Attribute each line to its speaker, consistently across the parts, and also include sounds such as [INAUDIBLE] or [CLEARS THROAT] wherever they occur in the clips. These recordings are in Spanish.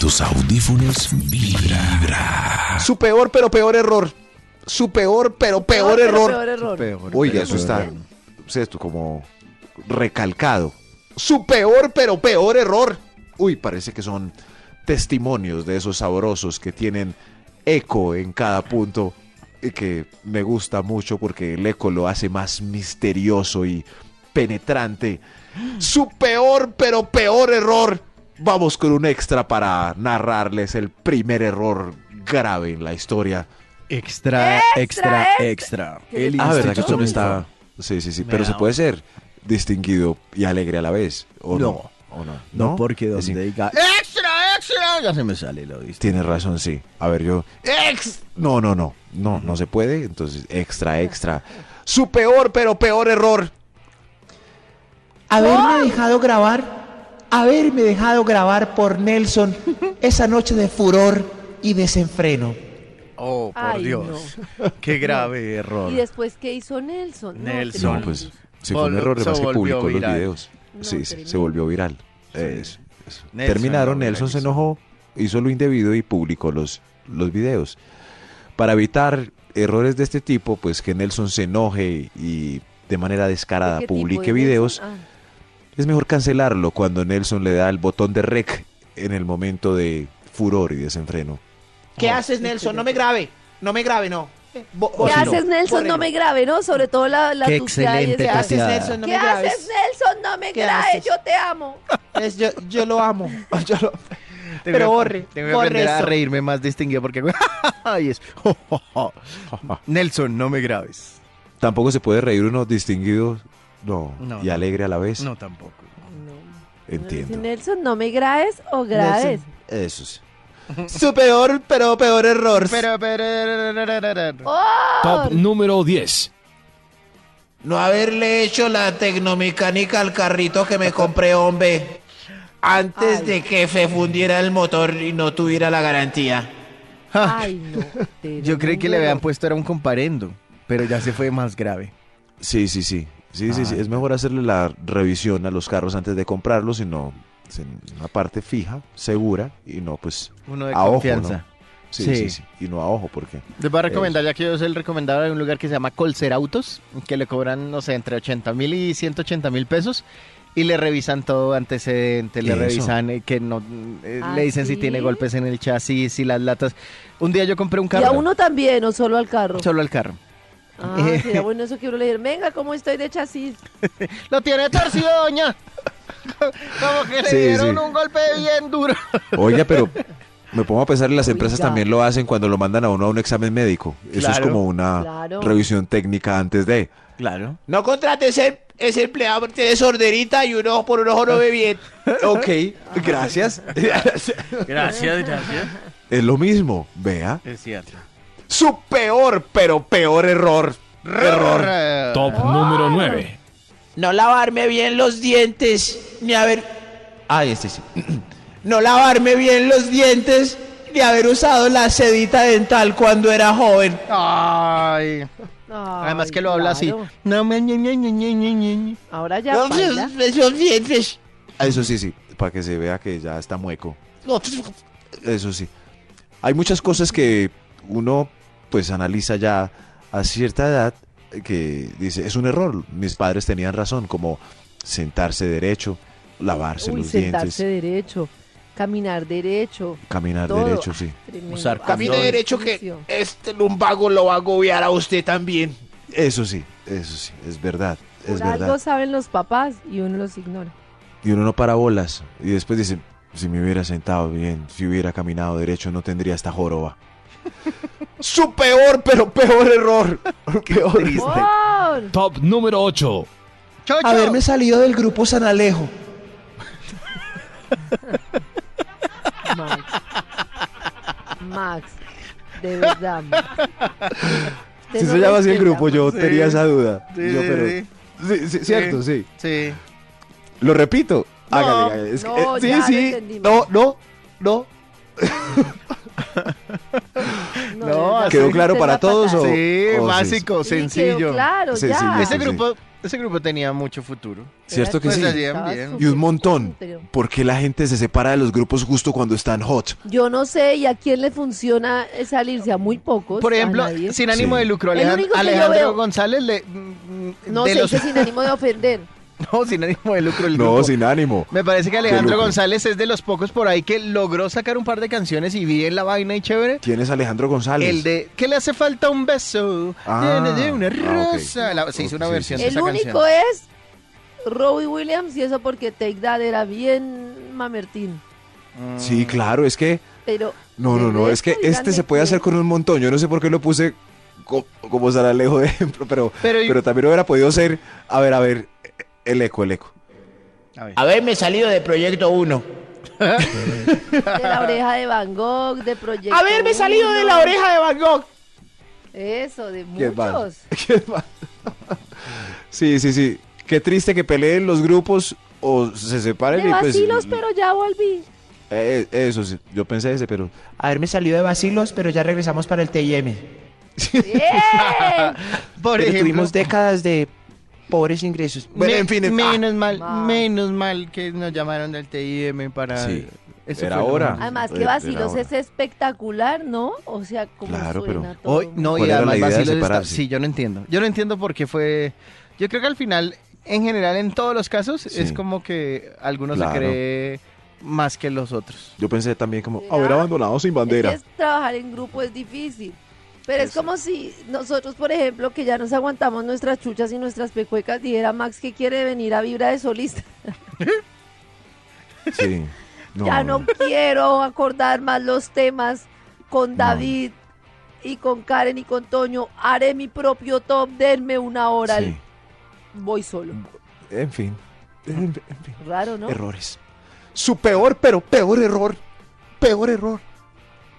Speaker 1: tus audífonos vibra.
Speaker 2: Su peor pero peor error. Su peor pero peor,
Speaker 3: pero
Speaker 2: error.
Speaker 3: Peor error.
Speaker 2: Oiga,
Speaker 4: Pero
Speaker 2: eso
Speaker 4: peor
Speaker 2: está
Speaker 4: error.
Speaker 2: o sea, esto como recalcado. Su peor pero peor error. Uy, parece que son testimonios de esos sabrosos que tienen eco en cada punto y que me gusta mucho porque el eco lo hace más misterioso y penetrante. Su peor pero peor error. Vamos con un extra para narrarles el primer error grave en la historia.
Speaker 4: Extra,
Speaker 3: Extra,
Speaker 4: extra,
Speaker 3: extra.
Speaker 4: extra.
Speaker 3: ¿Qué le
Speaker 2: Ah,
Speaker 3: Instituto
Speaker 2: verdad que esto no
Speaker 3: Milford.
Speaker 2: está. Sí, sí, sí.
Speaker 4: Me
Speaker 2: Pero se
Speaker 4: da
Speaker 2: puede ser distinguido y alegre a la vez. ¿O no?
Speaker 4: No.
Speaker 2: ¿O no?
Speaker 4: No, porque
Speaker 2: Es
Speaker 4: donde
Speaker 2: decir,
Speaker 4: diga extra, extra, ya se me sale lo viste.
Speaker 2: Tienes razón, sí. A ver, yo. ¡Ex! No, no, no. No, no se puede. Entonces, extra, extra. Su peor, pero peor error.
Speaker 5: Haberme dejado grabar, haberme dejado grabar
Speaker 3: [LAUGHS]
Speaker 5: por Nelson esa noche de furor y desenfreno.
Speaker 4: Oh, por
Speaker 3: Ay,
Speaker 4: Dios. [LAUGHS] Qué grave error.
Speaker 3: Y después, ¿qué hizo Nelson? No,
Speaker 4: Nelson.
Speaker 2: No,
Speaker 3: tremendo.
Speaker 2: pues. Si fue un
Speaker 4: Vol-
Speaker 2: error,
Speaker 4: se
Speaker 2: además que
Speaker 4: volvió
Speaker 2: publicó los
Speaker 4: viral.
Speaker 2: videos.
Speaker 3: No,
Speaker 2: Sí, sí, se
Speaker 3: tremendo.
Speaker 2: volvió viral. Eh,
Speaker 4: Sí.
Speaker 2: Es- es-
Speaker 4: Nelson
Speaker 2: Terminaron,
Speaker 4: lo
Speaker 2: Nelson se enojó,
Speaker 4: viralizó.
Speaker 2: hizo lo indebido y publicó los, los videos. Para evitar errores de este tipo, pues que Nelson se enoje y de manera descarada
Speaker 3: ¿Qué tipo
Speaker 2: publique
Speaker 3: de
Speaker 2: videos,
Speaker 3: Nelson? Ah.
Speaker 2: es mejor cancelarlo cuando Nelson le da el botón de rec en el momento de furor y desenfreno.
Speaker 5: ¿Qué haces, Nelson? No me grabe, no me grabe, no. Bo-
Speaker 3: Ah. ¿Qué
Speaker 5: bórrelo,
Speaker 3: haces, Nelson? No
Speaker 5: bórrelo.
Speaker 3: me grabe, ¿no? Sobre todo la, la
Speaker 4: Qué
Speaker 3: tuteada y
Speaker 4: excelente
Speaker 5: ¿Qué
Speaker 3: esa-
Speaker 5: haces,
Speaker 4: Tateada.
Speaker 5: Nelson? No
Speaker 3: ¿Qué
Speaker 5: me
Speaker 3: haces,
Speaker 5: grabes.
Speaker 3: Nelson? No me
Speaker 5: ¿Qué
Speaker 3: grabe,
Speaker 5: haces?
Speaker 3: yo te amo.
Speaker 5: Es- yo, yo lo amo. [LAUGHS] Yo lo-
Speaker 4: Te
Speaker 5: Pero
Speaker 4: voy a-
Speaker 5: borre,
Speaker 4: Te voy a
Speaker 5: borre
Speaker 4: aprender a
Speaker 5: eso.
Speaker 4: reírme más distinguido porque. [LAUGHS] Ay, es. Nelson, no me grabes.
Speaker 2: Tampoco se puede reír uno distinguido no,
Speaker 4: No,
Speaker 2: y
Speaker 4: no.
Speaker 2: alegre a la vez.
Speaker 4: No, tampoco.
Speaker 2: Entiendo.
Speaker 3: Nelson, no me grabes o grabes.
Speaker 2: Eso sí.
Speaker 5: Su peor pero peor error.
Speaker 4: Pero, pero. [LAUGHS]
Speaker 3: ¡Oh!
Speaker 1: Top número 10.
Speaker 5: No haberle hecho la tecnomecánica al carrito que me compré, hombre. Antes de que se fundiera el motor y no tuviera la garantía.
Speaker 3: Ay, no.
Speaker 4: [LAUGHS] Yo creí que le habían puesto era un comparendo, pero ya se fue más grave.
Speaker 2: Sí, sí, sí. Sí, sí, sí.
Speaker 4: Ah.
Speaker 2: Es mejor hacerle la revisión a los carros antes de comprarlos, sino en una parte fija, segura, y no pues
Speaker 4: Uno de
Speaker 2: a ojo.
Speaker 4: confianza.
Speaker 2: ¿no? Sí, sí,
Speaker 4: Sí.
Speaker 2: sí, Y no a ojo, porque
Speaker 4: Les voy a
Speaker 2: Eh.
Speaker 4: recomendar, ya que yo soy el recomendado de un lugar que se llama Colcer Autos, que le cobran, no sé, entre 80 mil y 180 mil pesos. Y le revisan todo antecedente, le
Speaker 2: Eso.
Speaker 4: revisan eh, que no. eh,
Speaker 3: ¿Ah,
Speaker 4: le dicen si
Speaker 3: sí?
Speaker 4: tiene golpes en el chasis, si las latas. Un día yo compré un
Speaker 3: Y a
Speaker 4: carro.
Speaker 3: uno también, o solo al carro.
Speaker 4: Solo al carro.
Speaker 3: Ah, sería bueno eso que uno le dijera, venga, ¿cómo estoy de chasis?
Speaker 4: ¡Lo tiene torcido,
Speaker 2: [LAUGHS]
Speaker 4: doña! Como que le
Speaker 2: Sí,
Speaker 4: dieron
Speaker 2: sí.
Speaker 4: un golpe bien duro.
Speaker 2: Oiga, pero me pongo a pensar, y las empresas
Speaker 3: Oiga.
Speaker 2: también lo hacen cuando lo mandan a uno a un examen médico. Eso es
Speaker 4: Claro.
Speaker 2: como una
Speaker 3: Claro.
Speaker 2: revisión técnica antes de.
Speaker 4: Claro.
Speaker 5: No contrates ese, ese empleado porque tiene sorderita y un ojo por un ojo no ve bien.
Speaker 2: Ok, gracias.
Speaker 4: [LAUGHS] Gracias, gracias.
Speaker 2: es lo mismo, vea.
Speaker 4: Es cierto.
Speaker 2: Su peor, pero peor error. Error.
Speaker 1: Top número 9.
Speaker 5: [LAUGHS] No lavarme bien los dientes ni haber...
Speaker 2: Ah,
Speaker 5: Ay, este sí. No lavarme bien los dientes ni haber usado la sedita dental cuando era joven.
Speaker 4: Ay. Además
Speaker 3: Ay,
Speaker 4: que lo habla así.
Speaker 3: claro.
Speaker 4: No, me, ñe, ñe, ñe, ñe, ñe, ñe.
Speaker 3: Ahora ya
Speaker 5: No,
Speaker 3: baila.
Speaker 5: esos, esos dientes.
Speaker 2: Ah, Eso sí, sí, para que se vea que ya está mueco.
Speaker 5: No, pues,
Speaker 2: Eso sí. Hay muchas cosas que uno pues analiza ya a cierta edad eh, que dice, es un error. Mis padres tenían razón, como sentarse derecho, lavarse
Speaker 3: Uy,
Speaker 2: los
Speaker 3: sentarse
Speaker 2: dientes,
Speaker 3: derecho, caminar derecho.
Speaker 2: caminar
Speaker 3: todo.
Speaker 2: derecho, sí.
Speaker 3: Tremendo.
Speaker 4: Usar
Speaker 5: Camine
Speaker 4: Candón.
Speaker 5: derecho que este lumbago lo va a agobiar a usted también.
Speaker 2: Eso sí, eso sí, es verdad, es
Speaker 3: Por algo
Speaker 2: verdad.
Speaker 3: saben los papás y uno
Speaker 2: [LAUGHS]
Speaker 3: los ignora.
Speaker 2: Y uno no para bolas y después dice, si me hubiera sentado bien, si hubiera caminado derecho, no tendría esta joroba.
Speaker 5: Su peor, pero peor error. Peor.
Speaker 3: ¡Oh!
Speaker 1: Top número 8.
Speaker 4: Chocho.
Speaker 5: Haberme salido del grupo San Alejo.
Speaker 3: Max. Max. De verdad. Max. Usted
Speaker 2: Si
Speaker 3: no
Speaker 2: se llama así el
Speaker 3: respeta,
Speaker 2: grupo, yo
Speaker 4: Sí.
Speaker 2: tenía esa duda.
Speaker 4: Sí,
Speaker 2: Yo,
Speaker 4: sí,
Speaker 2: pero-
Speaker 4: sí.
Speaker 2: Sí, sí, cierto, sí.
Speaker 4: Sí.
Speaker 2: Lo repito.
Speaker 4: No,
Speaker 2: Hágale, hágale. Es
Speaker 3: no,
Speaker 2: que- eh, sí,
Speaker 3: ya lo
Speaker 2: sí. No,
Speaker 3: entendimos.
Speaker 2: no, no.
Speaker 3: Max.
Speaker 4: No,
Speaker 3: de verdad,
Speaker 2: ¿Quedó
Speaker 3: usted
Speaker 2: claro
Speaker 3: es
Speaker 2: para
Speaker 3: la
Speaker 2: todos
Speaker 3: patada.
Speaker 2: o-
Speaker 4: Sí,
Speaker 2: o Oh, sí,
Speaker 4: básico,
Speaker 3: Sí, quedó
Speaker 4: sencillo.
Speaker 3: claro, ya.
Speaker 2: Sencillo.
Speaker 4: Ese
Speaker 2: Sí.
Speaker 4: grupo Ese grupo tenía mucho futuro.
Speaker 2: ¿Cierto que
Speaker 4: Pues
Speaker 2: sí?
Speaker 4: hacían
Speaker 3: Estaba
Speaker 4: bien.
Speaker 3: súper
Speaker 2: Y un montón.
Speaker 3: íntegro.
Speaker 2: ¿Por qué la gente se separa de los grupos justo cuando están hot?
Speaker 3: Yo no sé, ¿y a quién le funciona salirse? A muy pocos.
Speaker 4: Por
Speaker 3: a
Speaker 4: ejemplo,
Speaker 3: nadie.
Speaker 4: sin ánimo
Speaker 2: Sí.
Speaker 4: de lucro,
Speaker 3: El
Speaker 4: Alejand-
Speaker 3: único que yo
Speaker 4: Alejandro
Speaker 3: veo-
Speaker 4: González le... mm, mm,
Speaker 3: no
Speaker 4: de
Speaker 3: sé,
Speaker 4: los-
Speaker 3: dice sin ánimo de ofender.
Speaker 4: [LAUGHS] no, sin ánimo de lucro. El
Speaker 2: No,
Speaker 4: grupo.
Speaker 2: sin ánimo.
Speaker 4: Me parece que Alejandro
Speaker 2: lucro.
Speaker 4: González es de los pocos por ahí que logró sacar un par de canciones y bien la vaina y chévere.
Speaker 2: ¿Quién es Alejandro González?
Speaker 4: El de ¿Qué le hace falta un beso?
Speaker 2: Ah,
Speaker 4: Tiene de una
Speaker 2: ah, ok.
Speaker 4: rosa. La- se hizo una
Speaker 2: Sí, sí,
Speaker 4: versión
Speaker 2: sí.
Speaker 4: de
Speaker 3: El
Speaker 4: esa
Speaker 3: único
Speaker 4: canción.
Speaker 3: es Robbie Williams y eso porque Take That era bien mamertín.
Speaker 4: Mm.
Speaker 2: Sí, claro, es que...
Speaker 3: Pero
Speaker 2: No, no, no, es que este se puede hacer con un montón. Yo no sé por qué lo puse co- como Saralejo de ejemplo, pero,
Speaker 4: Pero-
Speaker 2: pero también hubiera podido ser... A ver, a ver, el eco, el eco.
Speaker 4: A ver.
Speaker 5: Haberme salido de Proyecto 1.
Speaker 3: De la oreja de Van Gogh, de Proyecto
Speaker 5: Haberme salido de la
Speaker 3: Uno.
Speaker 5: oreja de Van Gogh.
Speaker 3: Eso, de
Speaker 2: ¿Quién más? [LAUGHS]
Speaker 3: muchos.
Speaker 2: ¿Quién más? Sí, sí, sí. Qué triste que peleen los grupos o se separen
Speaker 3: De
Speaker 2: y pues...
Speaker 3: vacilos, pero
Speaker 2: [LAUGHS]
Speaker 3: ya volví.
Speaker 2: Eh, eso sí, yo pensé ese, pero...
Speaker 5: Haberme salido de vacilos, pero ya regresamos para el TIM.
Speaker 3: ¡Bien!
Speaker 4: Por
Speaker 5: Pero
Speaker 4: ejemplo,
Speaker 5: tuvimos décadas de pobres ingresos.
Speaker 2: Bueno,
Speaker 4: me-
Speaker 2: en fin, en-
Speaker 4: menos mal,
Speaker 3: Ah.
Speaker 4: menos mal que nos llamaron del TIM para...
Speaker 2: Sí,
Speaker 4: Eso
Speaker 2: era
Speaker 4: fue lo
Speaker 2: hora.
Speaker 4: más-
Speaker 3: Además,
Speaker 2: Era-
Speaker 3: que
Speaker 2: era
Speaker 3: vacilos
Speaker 2: hora.
Speaker 3: es espectacular, ¿no? O sea, como
Speaker 2: Claro, pero-
Speaker 3: suena todo.
Speaker 4: Hoy, no, y
Speaker 2: ¿Cuál era la
Speaker 4: además
Speaker 2: idea de
Speaker 4: Basilio está...
Speaker 2: separarse?
Speaker 4: Sí, yo no entiendo. Yo no entiendo por qué fue... Yo creo que al final, en general, en todos los casos,
Speaker 2: Sí.
Speaker 4: es como que algunos
Speaker 2: Claro.
Speaker 4: se cree más que los otros.
Speaker 2: Yo pensé también como
Speaker 3: ¿Será?
Speaker 2: haber abandonado sin bandera.
Speaker 3: Es que es- trabajar en grupo es difícil. Pero es como si nosotros, por ejemplo, que ya nos aguantamos nuestras chuchas y nuestras pecuecas, dijera Max que quiere venir a vibra de [LAUGHS] solista.
Speaker 2: Sí.
Speaker 3: [LAUGHS] ya no quiero acordar más los temas con
Speaker 2: No.
Speaker 3: David y con Karen y con Toño. Haré mi propio top, denme una hora.
Speaker 2: sí.
Speaker 3: Voy solo.
Speaker 2: En fin. En- en fin.
Speaker 3: Raro, ¿no?
Speaker 2: Errores. Su peor, pero peor error. Peor error.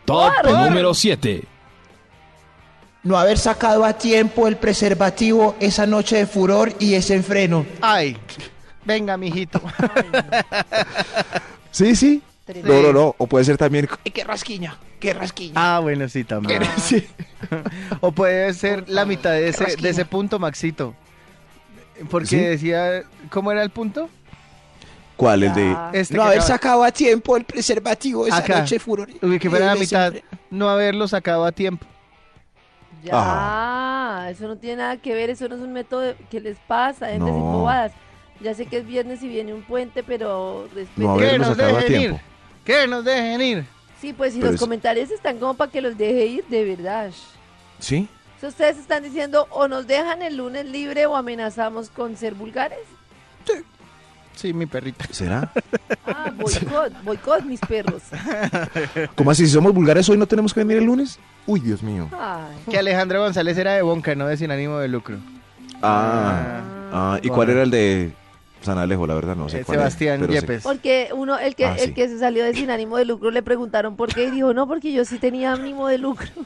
Speaker 1: Top
Speaker 3: Por-
Speaker 1: número 7.
Speaker 5: No haber sacado a tiempo el preservativo esa noche de furor y ese enfreno.
Speaker 4: Ay, venga, mijito.
Speaker 3: Ay, no,
Speaker 2: Sí, sí.
Speaker 3: tremendo.
Speaker 2: [LAUGHS] No, no, no. O puede ser también.
Speaker 5: Ay, ¡Qué rasquiña! ¡Qué rasquiña!
Speaker 4: Ah, bueno, sí, también.
Speaker 3: Ah.
Speaker 2: [LAUGHS] Sí.
Speaker 4: O puede ser la mitad de ese,
Speaker 5: rasquina.
Speaker 4: de ese punto, Maxito. Porque
Speaker 2: ¿Sí?
Speaker 4: decía, ¿cómo era el punto?
Speaker 2: ¿Cuál? El de.
Speaker 3: Ah.
Speaker 4: Este
Speaker 5: no
Speaker 4: que
Speaker 5: haber
Speaker 4: acaba-
Speaker 5: sacado a tiempo el preservativo esa
Speaker 4: Acá.
Speaker 5: noche de furor.
Speaker 4: Uy, que fuera la
Speaker 5: y ese
Speaker 4: mitad.
Speaker 5: enfreno.
Speaker 4: No haberlo sacado a tiempo.
Speaker 3: Ya, eso no tiene nada que ver, eso no es un método de- que les pasa, dejen de decir
Speaker 2: No.
Speaker 3: bobadas. Ya sé que es viernes y viene un puente, pero respeten.
Speaker 2: No, a ver.
Speaker 4: Que
Speaker 2: Haberlo
Speaker 4: nos
Speaker 2: sacado a
Speaker 4: dejen ir.
Speaker 2: tiempo.
Speaker 4: Que nos dejen ir.
Speaker 3: Sí, pues si
Speaker 2: Pero
Speaker 3: los
Speaker 2: es-
Speaker 3: comentarios están como para que los deje ir, de verdad.
Speaker 2: Sí.
Speaker 3: Si ustedes están diciendo o nos dejan el lunes libre o amenazamos con ser vulgares.
Speaker 4: Sí, mi perrita.
Speaker 2: ¿Será? [LAUGHS]
Speaker 3: Ah, boicot, boicot, mis perros.
Speaker 2: ¿Cómo así? Si somos vulgares hoy, no tenemos que venir el lunes. Uy, Dios mío.
Speaker 3: Ay,
Speaker 4: Que Alejandro González era de Bonca, no de sin ánimo de lucro.
Speaker 2: Ah. ah, ¿Y cuál era el de San Alejo? La verdad, no sé.
Speaker 4: Eh,
Speaker 2: cuál era,
Speaker 4: Sebastián
Speaker 2: pero sí.
Speaker 4: Yepes.
Speaker 3: Porque uno, el que,
Speaker 2: Ah, sí.
Speaker 3: el que se salió de sin ánimo de lucro le preguntaron por qué y dijo, no, porque yo sí tenía ánimo de lucro. [LAUGHS]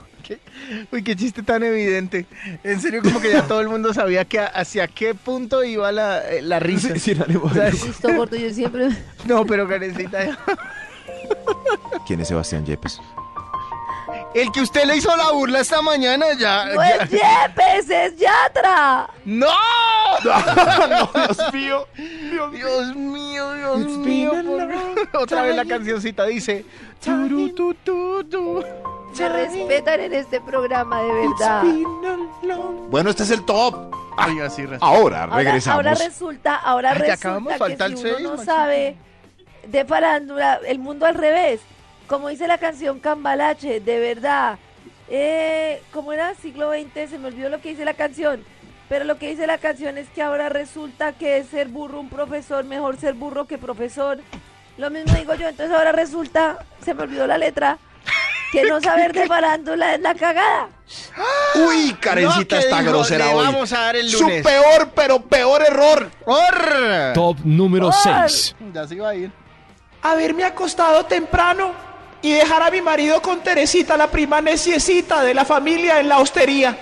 Speaker 4: Uy, qué chiste tan evidente. En serio, como que ya todo el mundo sabía que a- hacia qué punto iba la,
Speaker 2: [LAUGHS]
Speaker 4: eh, la risa.
Speaker 2: Sí, sin ánimo de
Speaker 4: O sea,
Speaker 2: lucro.
Speaker 3: Listo, gordo, yo siempre...
Speaker 4: No, pero Karencita,
Speaker 2: ¿Quién es Sebastián Yepes?
Speaker 4: el que usted le hizo la burla esta mañana ya.
Speaker 3: ¡No es
Speaker 4: ya-
Speaker 3: Yepes, es Pues Yatra!
Speaker 4: [LAUGHS] ¡No! Dios mío. Dios mío, Dios mío. por- Otra vez la cancioncita dice. "Turu, tu, tu, tu".
Speaker 3: Se respetan en este programa, de verdad.
Speaker 2: Bueno, este es el top.
Speaker 4: Ay, así res-
Speaker 2: Ahora
Speaker 3: Ahora,
Speaker 2: regresamos.
Speaker 3: ahora resulta, ahora
Speaker 4: Ay, ya
Speaker 3: resulta
Speaker 4: acabamos,
Speaker 3: que
Speaker 4: falta
Speaker 3: si
Speaker 4: el
Speaker 3: uno
Speaker 4: seis,
Speaker 3: no
Speaker 4: Maxito.
Speaker 3: sabe de farándula, el mundo al revés. Como dice la canción Cambalache, de verdad. Eh, ¿Cómo era? Siglo XX, se me olvidó lo que dice la canción. Pero lo que dice la canción es que ahora resulta que es ser burro un profesor, mejor ser burro que profesor. Lo mismo digo yo, entonces ahora resulta, se me olvidó la letra, que no saber de farándula es la cagada.
Speaker 2: Uy, Karencita
Speaker 4: No, que
Speaker 2: está
Speaker 4: dijo,
Speaker 2: grosera
Speaker 4: le
Speaker 2: hoy.
Speaker 4: vamos a dar el
Speaker 2: Su
Speaker 4: lunes.
Speaker 2: peor, pero peor error.
Speaker 4: ¡Orr!
Speaker 1: Top número
Speaker 3: Ay.
Speaker 1: 6.
Speaker 4: Ya se iba a ir.
Speaker 5: Haberme acostado temprano y dejar a mi marido con Teresita, la prima neciecita de la familia en la hostería.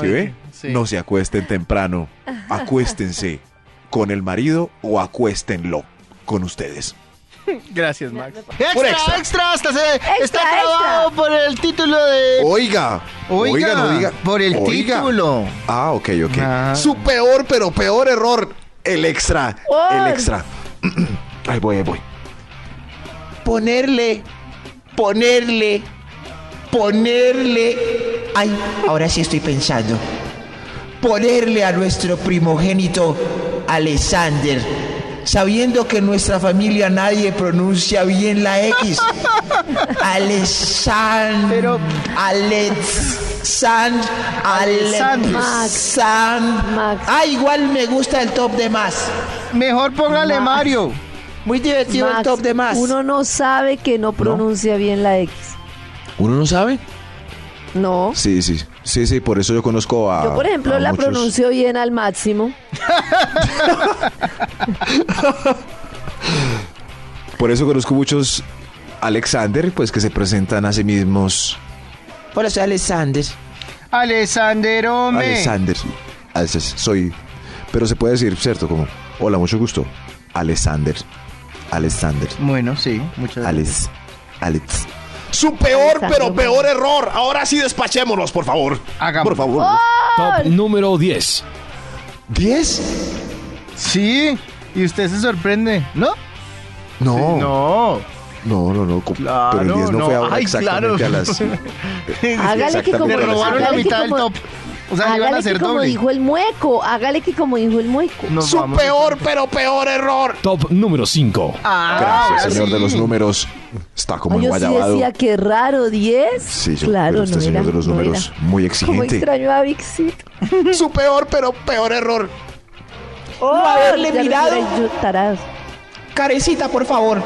Speaker 2: ¿Sí ve?
Speaker 4: Sí.
Speaker 2: No se acuesten temprano. Acuéstense con el marido o acuéstenlo con ustedes.
Speaker 4: Gracias,
Speaker 3: Me-
Speaker 4: Max.
Speaker 3: me-
Speaker 2: Por
Speaker 4: ¡Extra, extra!
Speaker 2: extra.
Speaker 4: Está, se- está
Speaker 3: extra.
Speaker 4: trabado por el título de...
Speaker 2: Oiga, oiga, no diga.
Speaker 4: Por el
Speaker 2: oiga.
Speaker 4: título.
Speaker 2: Ah, ok, ok.
Speaker 4: Ah.
Speaker 2: Su peor, pero peor error. El extra.
Speaker 3: Oh.
Speaker 2: El extra. [CLEARS THROAT] Ahí voy, ahí voy.
Speaker 5: Ponerle, ponerle, ponerle. Ay, ahora sí estoy pensando. Ponerle a nuestro primogénito Alexander, sabiendo que en nuestra familia nadie pronuncia bien la X. Alexander.
Speaker 4: Pero-
Speaker 5: Alex. San,
Speaker 4: Alexander.
Speaker 5: Alex, San,
Speaker 3: Max.
Speaker 5: Ah, igual me gusta el top de más.
Speaker 4: Mejor póngale
Speaker 3: Max.
Speaker 4: Mario.
Speaker 5: Muy divertido el
Speaker 3: Max,
Speaker 5: top de más.
Speaker 3: Uno no sabe que no pronuncia bien la X.
Speaker 2: ¿Uno no sabe?
Speaker 3: No.
Speaker 2: Sí, sí. Sí, sí, por eso yo conozco a.
Speaker 3: Yo, por ejemplo,
Speaker 2: a
Speaker 3: la
Speaker 2: Ah, muchos.
Speaker 3: pronuncio bien al máximo.
Speaker 2: Por eso conozco muchos Alexander, pues que se presentan a sí mismos.
Speaker 5: Hola, soy Alexander.
Speaker 4: Alexander, hombre.
Speaker 2: Alexander. A veces soy. Pero se puede decir, ¿cierto? Como, hola, mucho gusto. Alexander. Alexander.
Speaker 4: Bueno, sí, muchas gracias.
Speaker 2: Alex. Alex. Su peor,
Speaker 3: Alexander.
Speaker 2: pero peor error. Ahora sí despachémonos, por favor.
Speaker 4: Hagamos.
Speaker 2: Por favor.
Speaker 1: Top número 10.
Speaker 2: ¿Diez?
Speaker 4: Sí, y usted se sorprende, ¿no?
Speaker 2: No.
Speaker 4: Sí,
Speaker 2: no.
Speaker 4: no.
Speaker 2: [LAUGHS] No, no, co-
Speaker 4: Claro,
Speaker 2: pero el 10 no,
Speaker 4: no,
Speaker 2: fue ahora
Speaker 4: ay,
Speaker 2: exactamente
Speaker 4: claro.
Speaker 2: a las.
Speaker 4: [LAUGHS]
Speaker 3: Hágale que
Speaker 2: exactamente,
Speaker 3: como.
Speaker 4: Le robaron
Speaker 3: hágale
Speaker 4: la
Speaker 3: que
Speaker 4: mitad del
Speaker 3: como-
Speaker 4: top. O sea, le iban a
Speaker 3: hágale que
Speaker 4: hacer
Speaker 3: como
Speaker 4: doble.
Speaker 3: dijo el mueco. Hágale que como dijo el mueco.
Speaker 4: Nos
Speaker 2: Su
Speaker 4: vamos.
Speaker 2: peor, pero peor error.
Speaker 1: Top número 5.
Speaker 4: Ah,
Speaker 2: Gracias,
Speaker 4: ahora
Speaker 2: señor de
Speaker 4: sí.
Speaker 2: los números. Está como
Speaker 3: Ay,
Speaker 2: el
Speaker 3: Ah, yo sí
Speaker 2: guayabado.
Speaker 3: decía que raro, 10.
Speaker 2: Sí, yo,
Speaker 3: claro,
Speaker 2: pero este
Speaker 3: no
Speaker 2: señor
Speaker 3: era,
Speaker 2: de los
Speaker 3: no
Speaker 2: números,
Speaker 3: era. [LAUGHS]
Speaker 2: muy
Speaker 3: Como
Speaker 2: exigente.
Speaker 3: extraño a Vixi.
Speaker 2: [LAUGHS] Su peor, pero peor error.
Speaker 5: no haberle
Speaker 3: Ya los
Speaker 5: mirado.
Speaker 3: hubiera yo tarados.
Speaker 5: Carecita, por favor.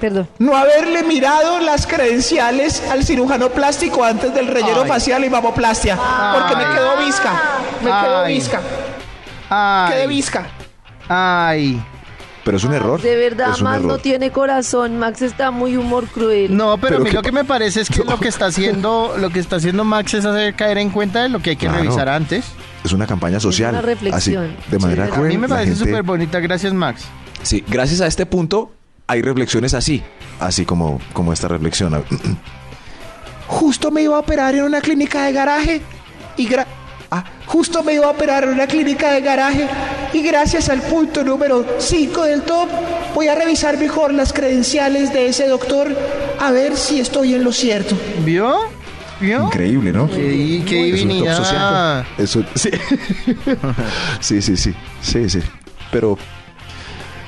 Speaker 3: Perdón.
Speaker 5: No haberle mirado las credenciales al cirujano plástico antes del relleno
Speaker 4: Ay.
Speaker 5: facial y mamoplastia. Porque me
Speaker 4: Ay.
Speaker 5: quedó visca. Me quedó
Speaker 4: Ay.
Speaker 5: visca. Quedé
Speaker 4: Ay,
Speaker 5: visca.
Speaker 4: ay.
Speaker 2: Pero es un error.
Speaker 3: Ah, De verdad,
Speaker 2: es un
Speaker 3: Max
Speaker 2: error.
Speaker 3: no tiene corazón. Max está muy humor cruel.
Speaker 4: No,
Speaker 2: Pero
Speaker 4: pero, a mí
Speaker 2: qué
Speaker 4: lo que
Speaker 2: pa-
Speaker 4: me parece es que lo que está haciendo, lo que está haciendo Max es hacer caer en cuenta de lo que hay que
Speaker 2: Claro.
Speaker 4: revisar antes.
Speaker 2: Es una campaña social.
Speaker 3: una reflexión.
Speaker 2: Así, de manera
Speaker 3: Sí,
Speaker 4: A
Speaker 2: cruel.
Speaker 4: mí me
Speaker 2: la
Speaker 4: parece
Speaker 2: gente-
Speaker 4: súper bonita, gracias Max.
Speaker 2: Sí, gracias a este punto hay reflexiones así. Así como, como esta reflexión.
Speaker 5: Justo me iba a operar en una clínica de garaje. Y gra- ah, justo me iba a operar en una clínica de garaje. Y gracias al punto número 5 del top, voy a revisar mejor las credenciales de ese doctor a ver si estoy en lo cierto.
Speaker 4: ¿Vio? ¿Vio?
Speaker 2: Increíble, ¿no?
Speaker 4: Qué, qué
Speaker 2: Es un top
Speaker 4: divinidad.
Speaker 2: social. Es un-
Speaker 4: [LAUGHS]
Speaker 2: sí. sí, sí, sí. Sí, sí. Pero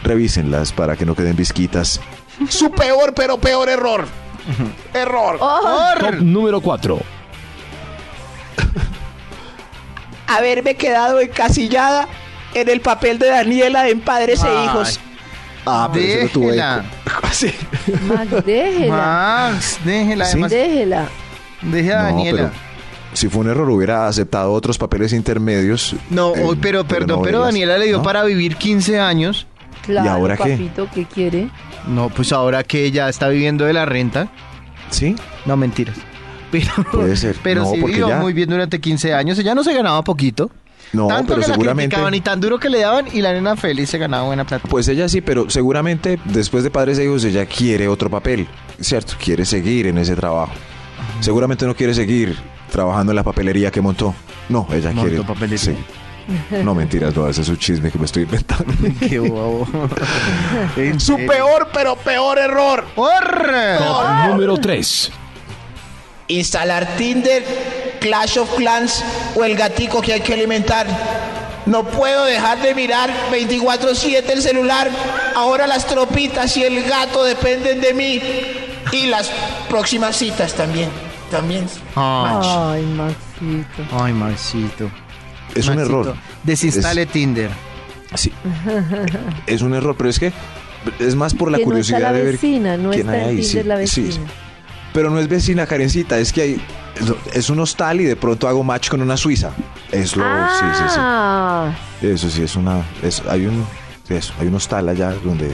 Speaker 2: revísenlas para que no queden visquitas. Su peor, pero peor error. Error.
Speaker 3: Oh,
Speaker 1: Top
Speaker 4: Horror.
Speaker 1: número 4.
Speaker 5: haberme quedado encasillada en el papel de Daniela en Padres e
Speaker 4: Ay.
Speaker 5: Hijos.
Speaker 2: Ah, pero eso lo
Speaker 4: Déjela.
Speaker 2: [LAUGHS] tuve. co- Sí. [LAUGHS]
Speaker 3: Max, déjela.
Speaker 4: Max, déjela,
Speaker 2: Sí.
Speaker 4: además,
Speaker 3: Déjela.
Speaker 4: deje a
Speaker 2: No,
Speaker 4: Daniela.
Speaker 2: pero si fue un error, hubiera aceptado otros papeles intermedios.
Speaker 4: No,
Speaker 2: eh,
Speaker 4: oh, pero perdón,
Speaker 2: no
Speaker 4: pero
Speaker 2: ellas,
Speaker 4: Daniela le dio
Speaker 2: ¿no?
Speaker 4: para vivir 15 años.
Speaker 3: Claro,
Speaker 2: ahora qué?
Speaker 3: papito, qué? quiere?
Speaker 4: No, pues ahora que ella está viviendo de la renta.
Speaker 2: Sí,
Speaker 4: No, mentiras. [LAUGHS] Pero,
Speaker 2: Puede ser.
Speaker 4: Pero
Speaker 2: No,
Speaker 4: sí
Speaker 2: porque
Speaker 4: vivió
Speaker 2: ya-
Speaker 4: muy bien durante 15 años. Ella no se ganaba poquito.
Speaker 2: no,
Speaker 4: Tanto
Speaker 2: pero
Speaker 4: que la
Speaker 2: seguramente.
Speaker 4: criticaban y tan duro que le daban y la nena feliz se ganaba buena
Speaker 2: [LAUGHS]
Speaker 4: plata.
Speaker 2: Pues ella sí, pero seguramente después de Padres e Hijos ella quiere otro papel, ¿cierto? Quiere seguir en ese trabajo. Seguramente no quiere seguir trabajando en la papelería que montó. No, ella
Speaker 4: Montó
Speaker 2: quiere.
Speaker 4: papelería.
Speaker 2: sí. No mentiras, no, ese es un chisme que me estoy inventando.
Speaker 4: Qué [LAUGHS] bobo.
Speaker 2: Su
Speaker 4: Eh,
Speaker 2: peor, pero peor error.
Speaker 1: Top número 3.
Speaker 5: Instalar Tinder, Clash of Clans o el gatico que hay que alimentar. No puedo dejar de mirar 24/7 el celular. Ahora las tropitas y el gato dependen de mí. Y las próximas citas también. También.
Speaker 3: Ay, Maxito.
Speaker 4: Ay, Ah. Maxito.
Speaker 2: Es un
Speaker 4: Maxito,
Speaker 2: error.
Speaker 4: Desinstale Tinder.
Speaker 2: Sí. Es un error, pero es que es más por la
Speaker 3: que
Speaker 2: curiosidad
Speaker 3: no está la
Speaker 2: de ver
Speaker 3: vecina, no
Speaker 2: quién
Speaker 3: está
Speaker 2: hay
Speaker 3: en
Speaker 2: ahí,
Speaker 3: Tinder
Speaker 2: sí,
Speaker 3: la
Speaker 2: sí,
Speaker 3: vecina.
Speaker 2: Pero no es vecina, Karencita, es que hay, es un hostal y de pronto hago match con una suiza. Es lo, sí, sí, sí.
Speaker 3: Ah,
Speaker 2: Eso sí, es una. Es, hay un. Eso, hay un hostal allá donde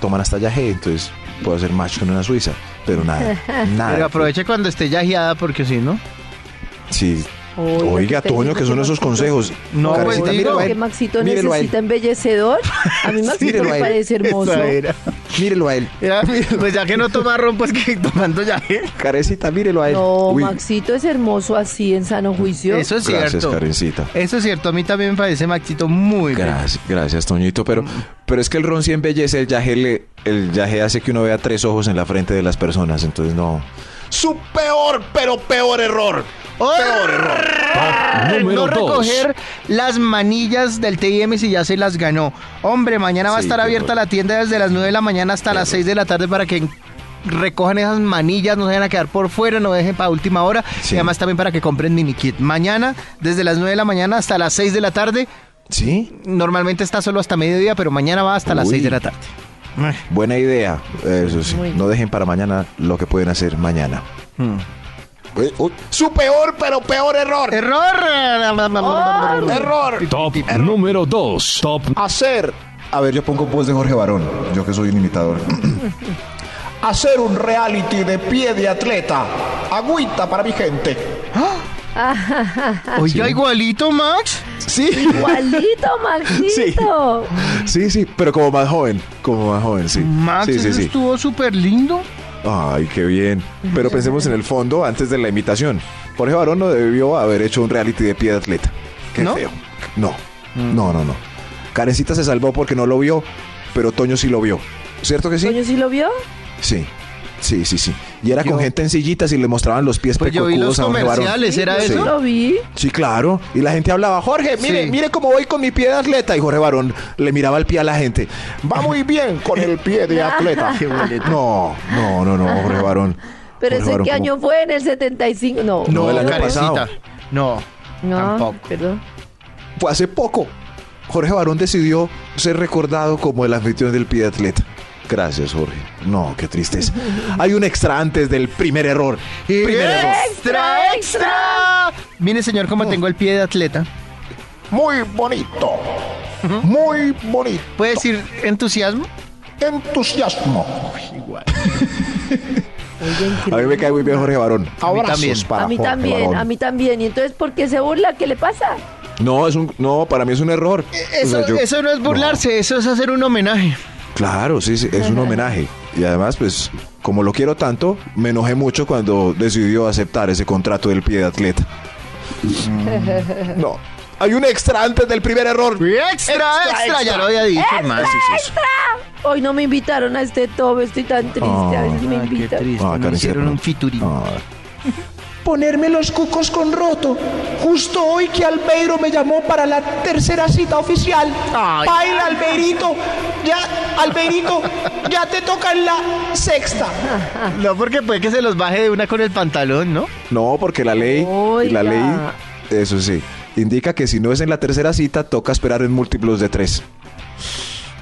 Speaker 2: toman hasta yagé, entonces puedo hacer match con una suiza. Pero
Speaker 3: [LAUGHS]
Speaker 2: nada, nada.
Speaker 4: Pero aproveche cuando esté yajeada porque si no.
Speaker 2: Sí.
Speaker 3: Oiga,
Speaker 2: Oiga,
Speaker 3: qué
Speaker 2: Toño, que son
Speaker 3: terrible,
Speaker 2: esos
Speaker 3: Maxito.
Speaker 2: consejos.
Speaker 4: No, pues
Speaker 2: Karencita,
Speaker 4: digo.
Speaker 2: mírelo a
Speaker 3: que
Speaker 2: él,
Speaker 3: Maxito
Speaker 2: mírelo a él. [LAUGHS]
Speaker 3: necesita embellecedor. A mí Maxito
Speaker 2: Mírelo
Speaker 3: me
Speaker 2: a él.
Speaker 3: parece hermoso.
Speaker 4: Esa era.
Speaker 2: Mírelo a él.
Speaker 4: Ya, pues ya que no tomaron, pues que tomando ya. ¿eh?
Speaker 2: Carecita, mírelo a él.
Speaker 3: No,
Speaker 2: Uy,
Speaker 3: Maxito es hermoso así, en sano juicio.
Speaker 4: Eso es
Speaker 2: Gracias,
Speaker 4: cierto.
Speaker 2: Karencita.
Speaker 4: Eso es cierto. A mí también me parece Maxito muy bien.
Speaker 2: Gracias, gracias, Toñito. Pero,
Speaker 4: Mm.
Speaker 2: pero es que el ron sí embellece, el yaje, le- el yaje hace que uno vea tres ojos en la frente de las personas, entonces no. Su peor, pero peor error. Peor error.
Speaker 1: número
Speaker 4: no
Speaker 1: dos.
Speaker 4: recoger las manillas del TIM si ya se las ganó. Hombre, mañana va a
Speaker 2: Sí,
Speaker 4: estar
Speaker 2: qué
Speaker 4: abierta
Speaker 2: horror.
Speaker 4: la tienda desde las 9 de la mañana hasta las 6 de la tarde para que recojan esas manillas, no se vayan a quedar por fuera, no dejen para última hora.
Speaker 2: Sí.
Speaker 4: Y además también para que compren mini kit. Mañana, desde las 9 de la mañana hasta las 6 de la tarde.
Speaker 2: ¿Sí?
Speaker 4: Normalmente está solo hasta mediodía, pero mañana va hasta las
Speaker 2: Uy.
Speaker 4: 6 de la tarde.
Speaker 2: Buena idea. Eso sí.
Speaker 3: Muy bien.
Speaker 2: No dejen para mañana lo que pueden hacer mañana.
Speaker 4: Mm.
Speaker 2: Eh, uy, Su peor, pero peor error.
Speaker 4: Error.
Speaker 2: Error.
Speaker 1: Top número 2. Top
Speaker 2: Hacer. A ver, yo pongo voz de Jorge Barón, yo que soy un
Speaker 4: [LAUGHS]
Speaker 2: imitador.
Speaker 5: Hacer un reality de pie de atleta. Agüita para mi gente.
Speaker 4: Oiga, igualito, Max.
Speaker 2: [LAUGHS] Sí,
Speaker 3: Igualito, Maxito.
Speaker 2: sí, sí, pero como más joven, como más joven, sí.
Speaker 4: Max
Speaker 2: sí, sí,
Speaker 4: eso
Speaker 2: sí.
Speaker 4: estuvo súper lindo.
Speaker 2: Ay, qué bien. Pero pensemos en el fondo antes de la imitación. Jorge Barón no debió haber hecho un reality de pie de atleta. Qué
Speaker 4: ¿No? Mm.
Speaker 2: feo. No, no, no, no. Karencita se salvó porque no lo vio, pero Toño sí lo vio. ¿Cierto que sí?
Speaker 3: ¿Toño sí lo vio?
Speaker 2: Sí. Sí, sí, sí. Y era
Speaker 4: Yo-
Speaker 2: con gente en sillitas y le mostraban los pies
Speaker 4: Pues yo vi los
Speaker 2: pecocudos a Jorge Barón.
Speaker 4: comerciales, ¿era
Speaker 2: Sí.
Speaker 4: eso?
Speaker 3: Lo vi.
Speaker 2: Sí, claro. Y la gente hablaba, Jorge, mire,
Speaker 4: Sí.
Speaker 2: mire cómo voy con mi pie de atleta. Y Jorge Barón le miraba el pie a la gente. Va muy bien con el pie de
Speaker 4: [LAUGHS]
Speaker 2: atleta. no, no, no, no, Jorge Barón.
Speaker 3: Pero
Speaker 2: Jorge
Speaker 3: ese
Speaker 2: Barón,
Speaker 3: qué
Speaker 2: ¿cómo?
Speaker 3: año fue, en el 75. No,
Speaker 2: No, el año
Speaker 4: Karencita.
Speaker 2: pasado.
Speaker 4: No,
Speaker 3: no,
Speaker 4: tampoco.
Speaker 3: Perdón.
Speaker 2: Fue hace poco. Jorge Barón decidió ser recordado como el anfitrión del pie de atleta. Gracias, Jorge. No, qué tristeza. Hay un extra antes del primer error. Primer error.
Speaker 4: extra, extra. Mire, señor, cómo tengo el pie de atleta.
Speaker 5: Muy bonito. Muy bonito.
Speaker 4: ¿Puede decir entusiasmo?
Speaker 5: Entusiasmo.
Speaker 3: Oye,
Speaker 2: A mí me cae muy bien Jorge Barón. Abrazos
Speaker 4: también.
Speaker 2: para
Speaker 3: a mí
Speaker 2: Jorge
Speaker 3: también,
Speaker 2: Barón.
Speaker 3: a mí también. ¿Y entonces por qué se burla? ¿Qué le pasa?
Speaker 2: No, es un, no, para mí es un error.
Speaker 4: E-, Eso,
Speaker 2: O sea, Eh, yo-
Speaker 4: eso no es burlarse, eso es hacer un homenaje.
Speaker 2: Claro, sí, sí, es un homenaje. Y además, pues, como lo quiero tanto, me enojé mucho cuando decidió aceptar ese contrato del pie de atleta. No. Hay un extra antes del primer error.
Speaker 4: Extra, extra, ya lo había dicho, hermano.
Speaker 3: Hoy no me invitaron a este top, estoy tan triste. a veces me
Speaker 4: Ay, qué
Speaker 3: invitan.
Speaker 4: triste,
Speaker 2: Ah,
Speaker 4: me
Speaker 2: Karencita,
Speaker 4: hicieron
Speaker 2: perdón.
Speaker 4: un fiturín.
Speaker 2: Ah,
Speaker 5: Ponerme los cucos con roto. Justo hoy que Albeiro me llamó para la tercera cita oficial.
Speaker 4: Ay.
Speaker 5: Baila, Albeirito. Ya, Albeirito, ya te toca en la sexta.
Speaker 4: No, porque puede que se los baje de una con el pantalón, ¿no?
Speaker 2: no, porque la ley,
Speaker 3: Oiga.
Speaker 2: la ley, eso sí, indica que si no es en la tercera cita, toca esperar en múltiplos de tres.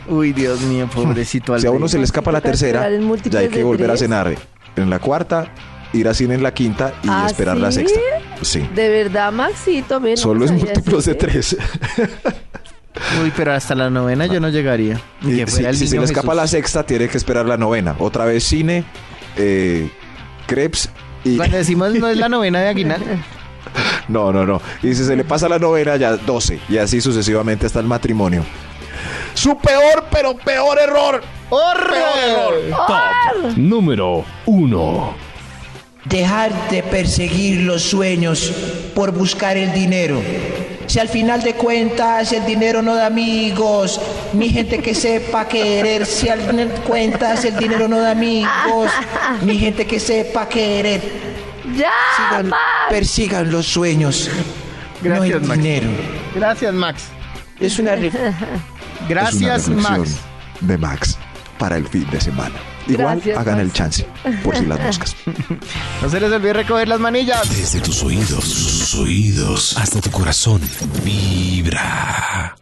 Speaker 4: Uy, Dios mío,
Speaker 2: [LAUGHS]
Speaker 4: pobrecito
Speaker 2: Si a uno se le
Speaker 3: Sí,
Speaker 2: escapa la
Speaker 3: toca
Speaker 2: tercera,
Speaker 3: esperar en múltiples
Speaker 2: ya hay que
Speaker 3: de
Speaker 2: volver a
Speaker 3: tres.
Speaker 2: cenar en la cuarta, ir a cine en la quinta y
Speaker 3: ¿Ah,
Speaker 2: esperar la
Speaker 3: sí? pues
Speaker 2: sexta. Sí.
Speaker 3: De verdad, Maxito, menos.
Speaker 2: Solo es [LAUGHS] múltiplos de tres.
Speaker 4: Uy, pero hasta la novena yo no llegaría.
Speaker 2: [LAUGHS]
Speaker 4: Ni
Speaker 2: Y
Speaker 4: que
Speaker 2: si
Speaker 4: fuera el
Speaker 2: si se
Speaker 4: niño
Speaker 2: le escapa
Speaker 4: Jesús.
Speaker 2: la sexta, tiene que esperar la novena. Otra vez cine, eh, crepes y... [LAUGHS]
Speaker 4: Cuando decimos no es la novena de Aguinaldo.
Speaker 2: No, no, no. Y si se le pasa la novena, ya 12. Y así sucesivamente hasta el matrimonio. Su peor, pero peor error.
Speaker 1: top número 1.
Speaker 5: Dejar de perseguir los sueños por buscar el dinero. Si al final de cuentas el dinero no da amigos, ni gente que sepa querer. Si al final de cuentas el dinero no da amigos, ni gente que sepa querer.
Speaker 3: ¡Ya!
Speaker 5: Sigan- persigan los sueños, no
Speaker 4: Gracias,
Speaker 5: el
Speaker 4: Max.
Speaker 5: dinero.
Speaker 4: Gracias, Max.
Speaker 5: Es una re-
Speaker 4: Gracias,
Speaker 2: Es una reflexión
Speaker 4: Max.
Speaker 2: De Max para el fin de semana. Igual
Speaker 3: Gracias,
Speaker 2: hagan
Speaker 3: Max.
Speaker 2: el chance, por si
Speaker 3: [LAUGHS]
Speaker 2: las moscas.
Speaker 4: No se les olvide recoger las manillas.
Speaker 6: Desde tus oídos, sus oídos, hasta tu corazón. Vibra.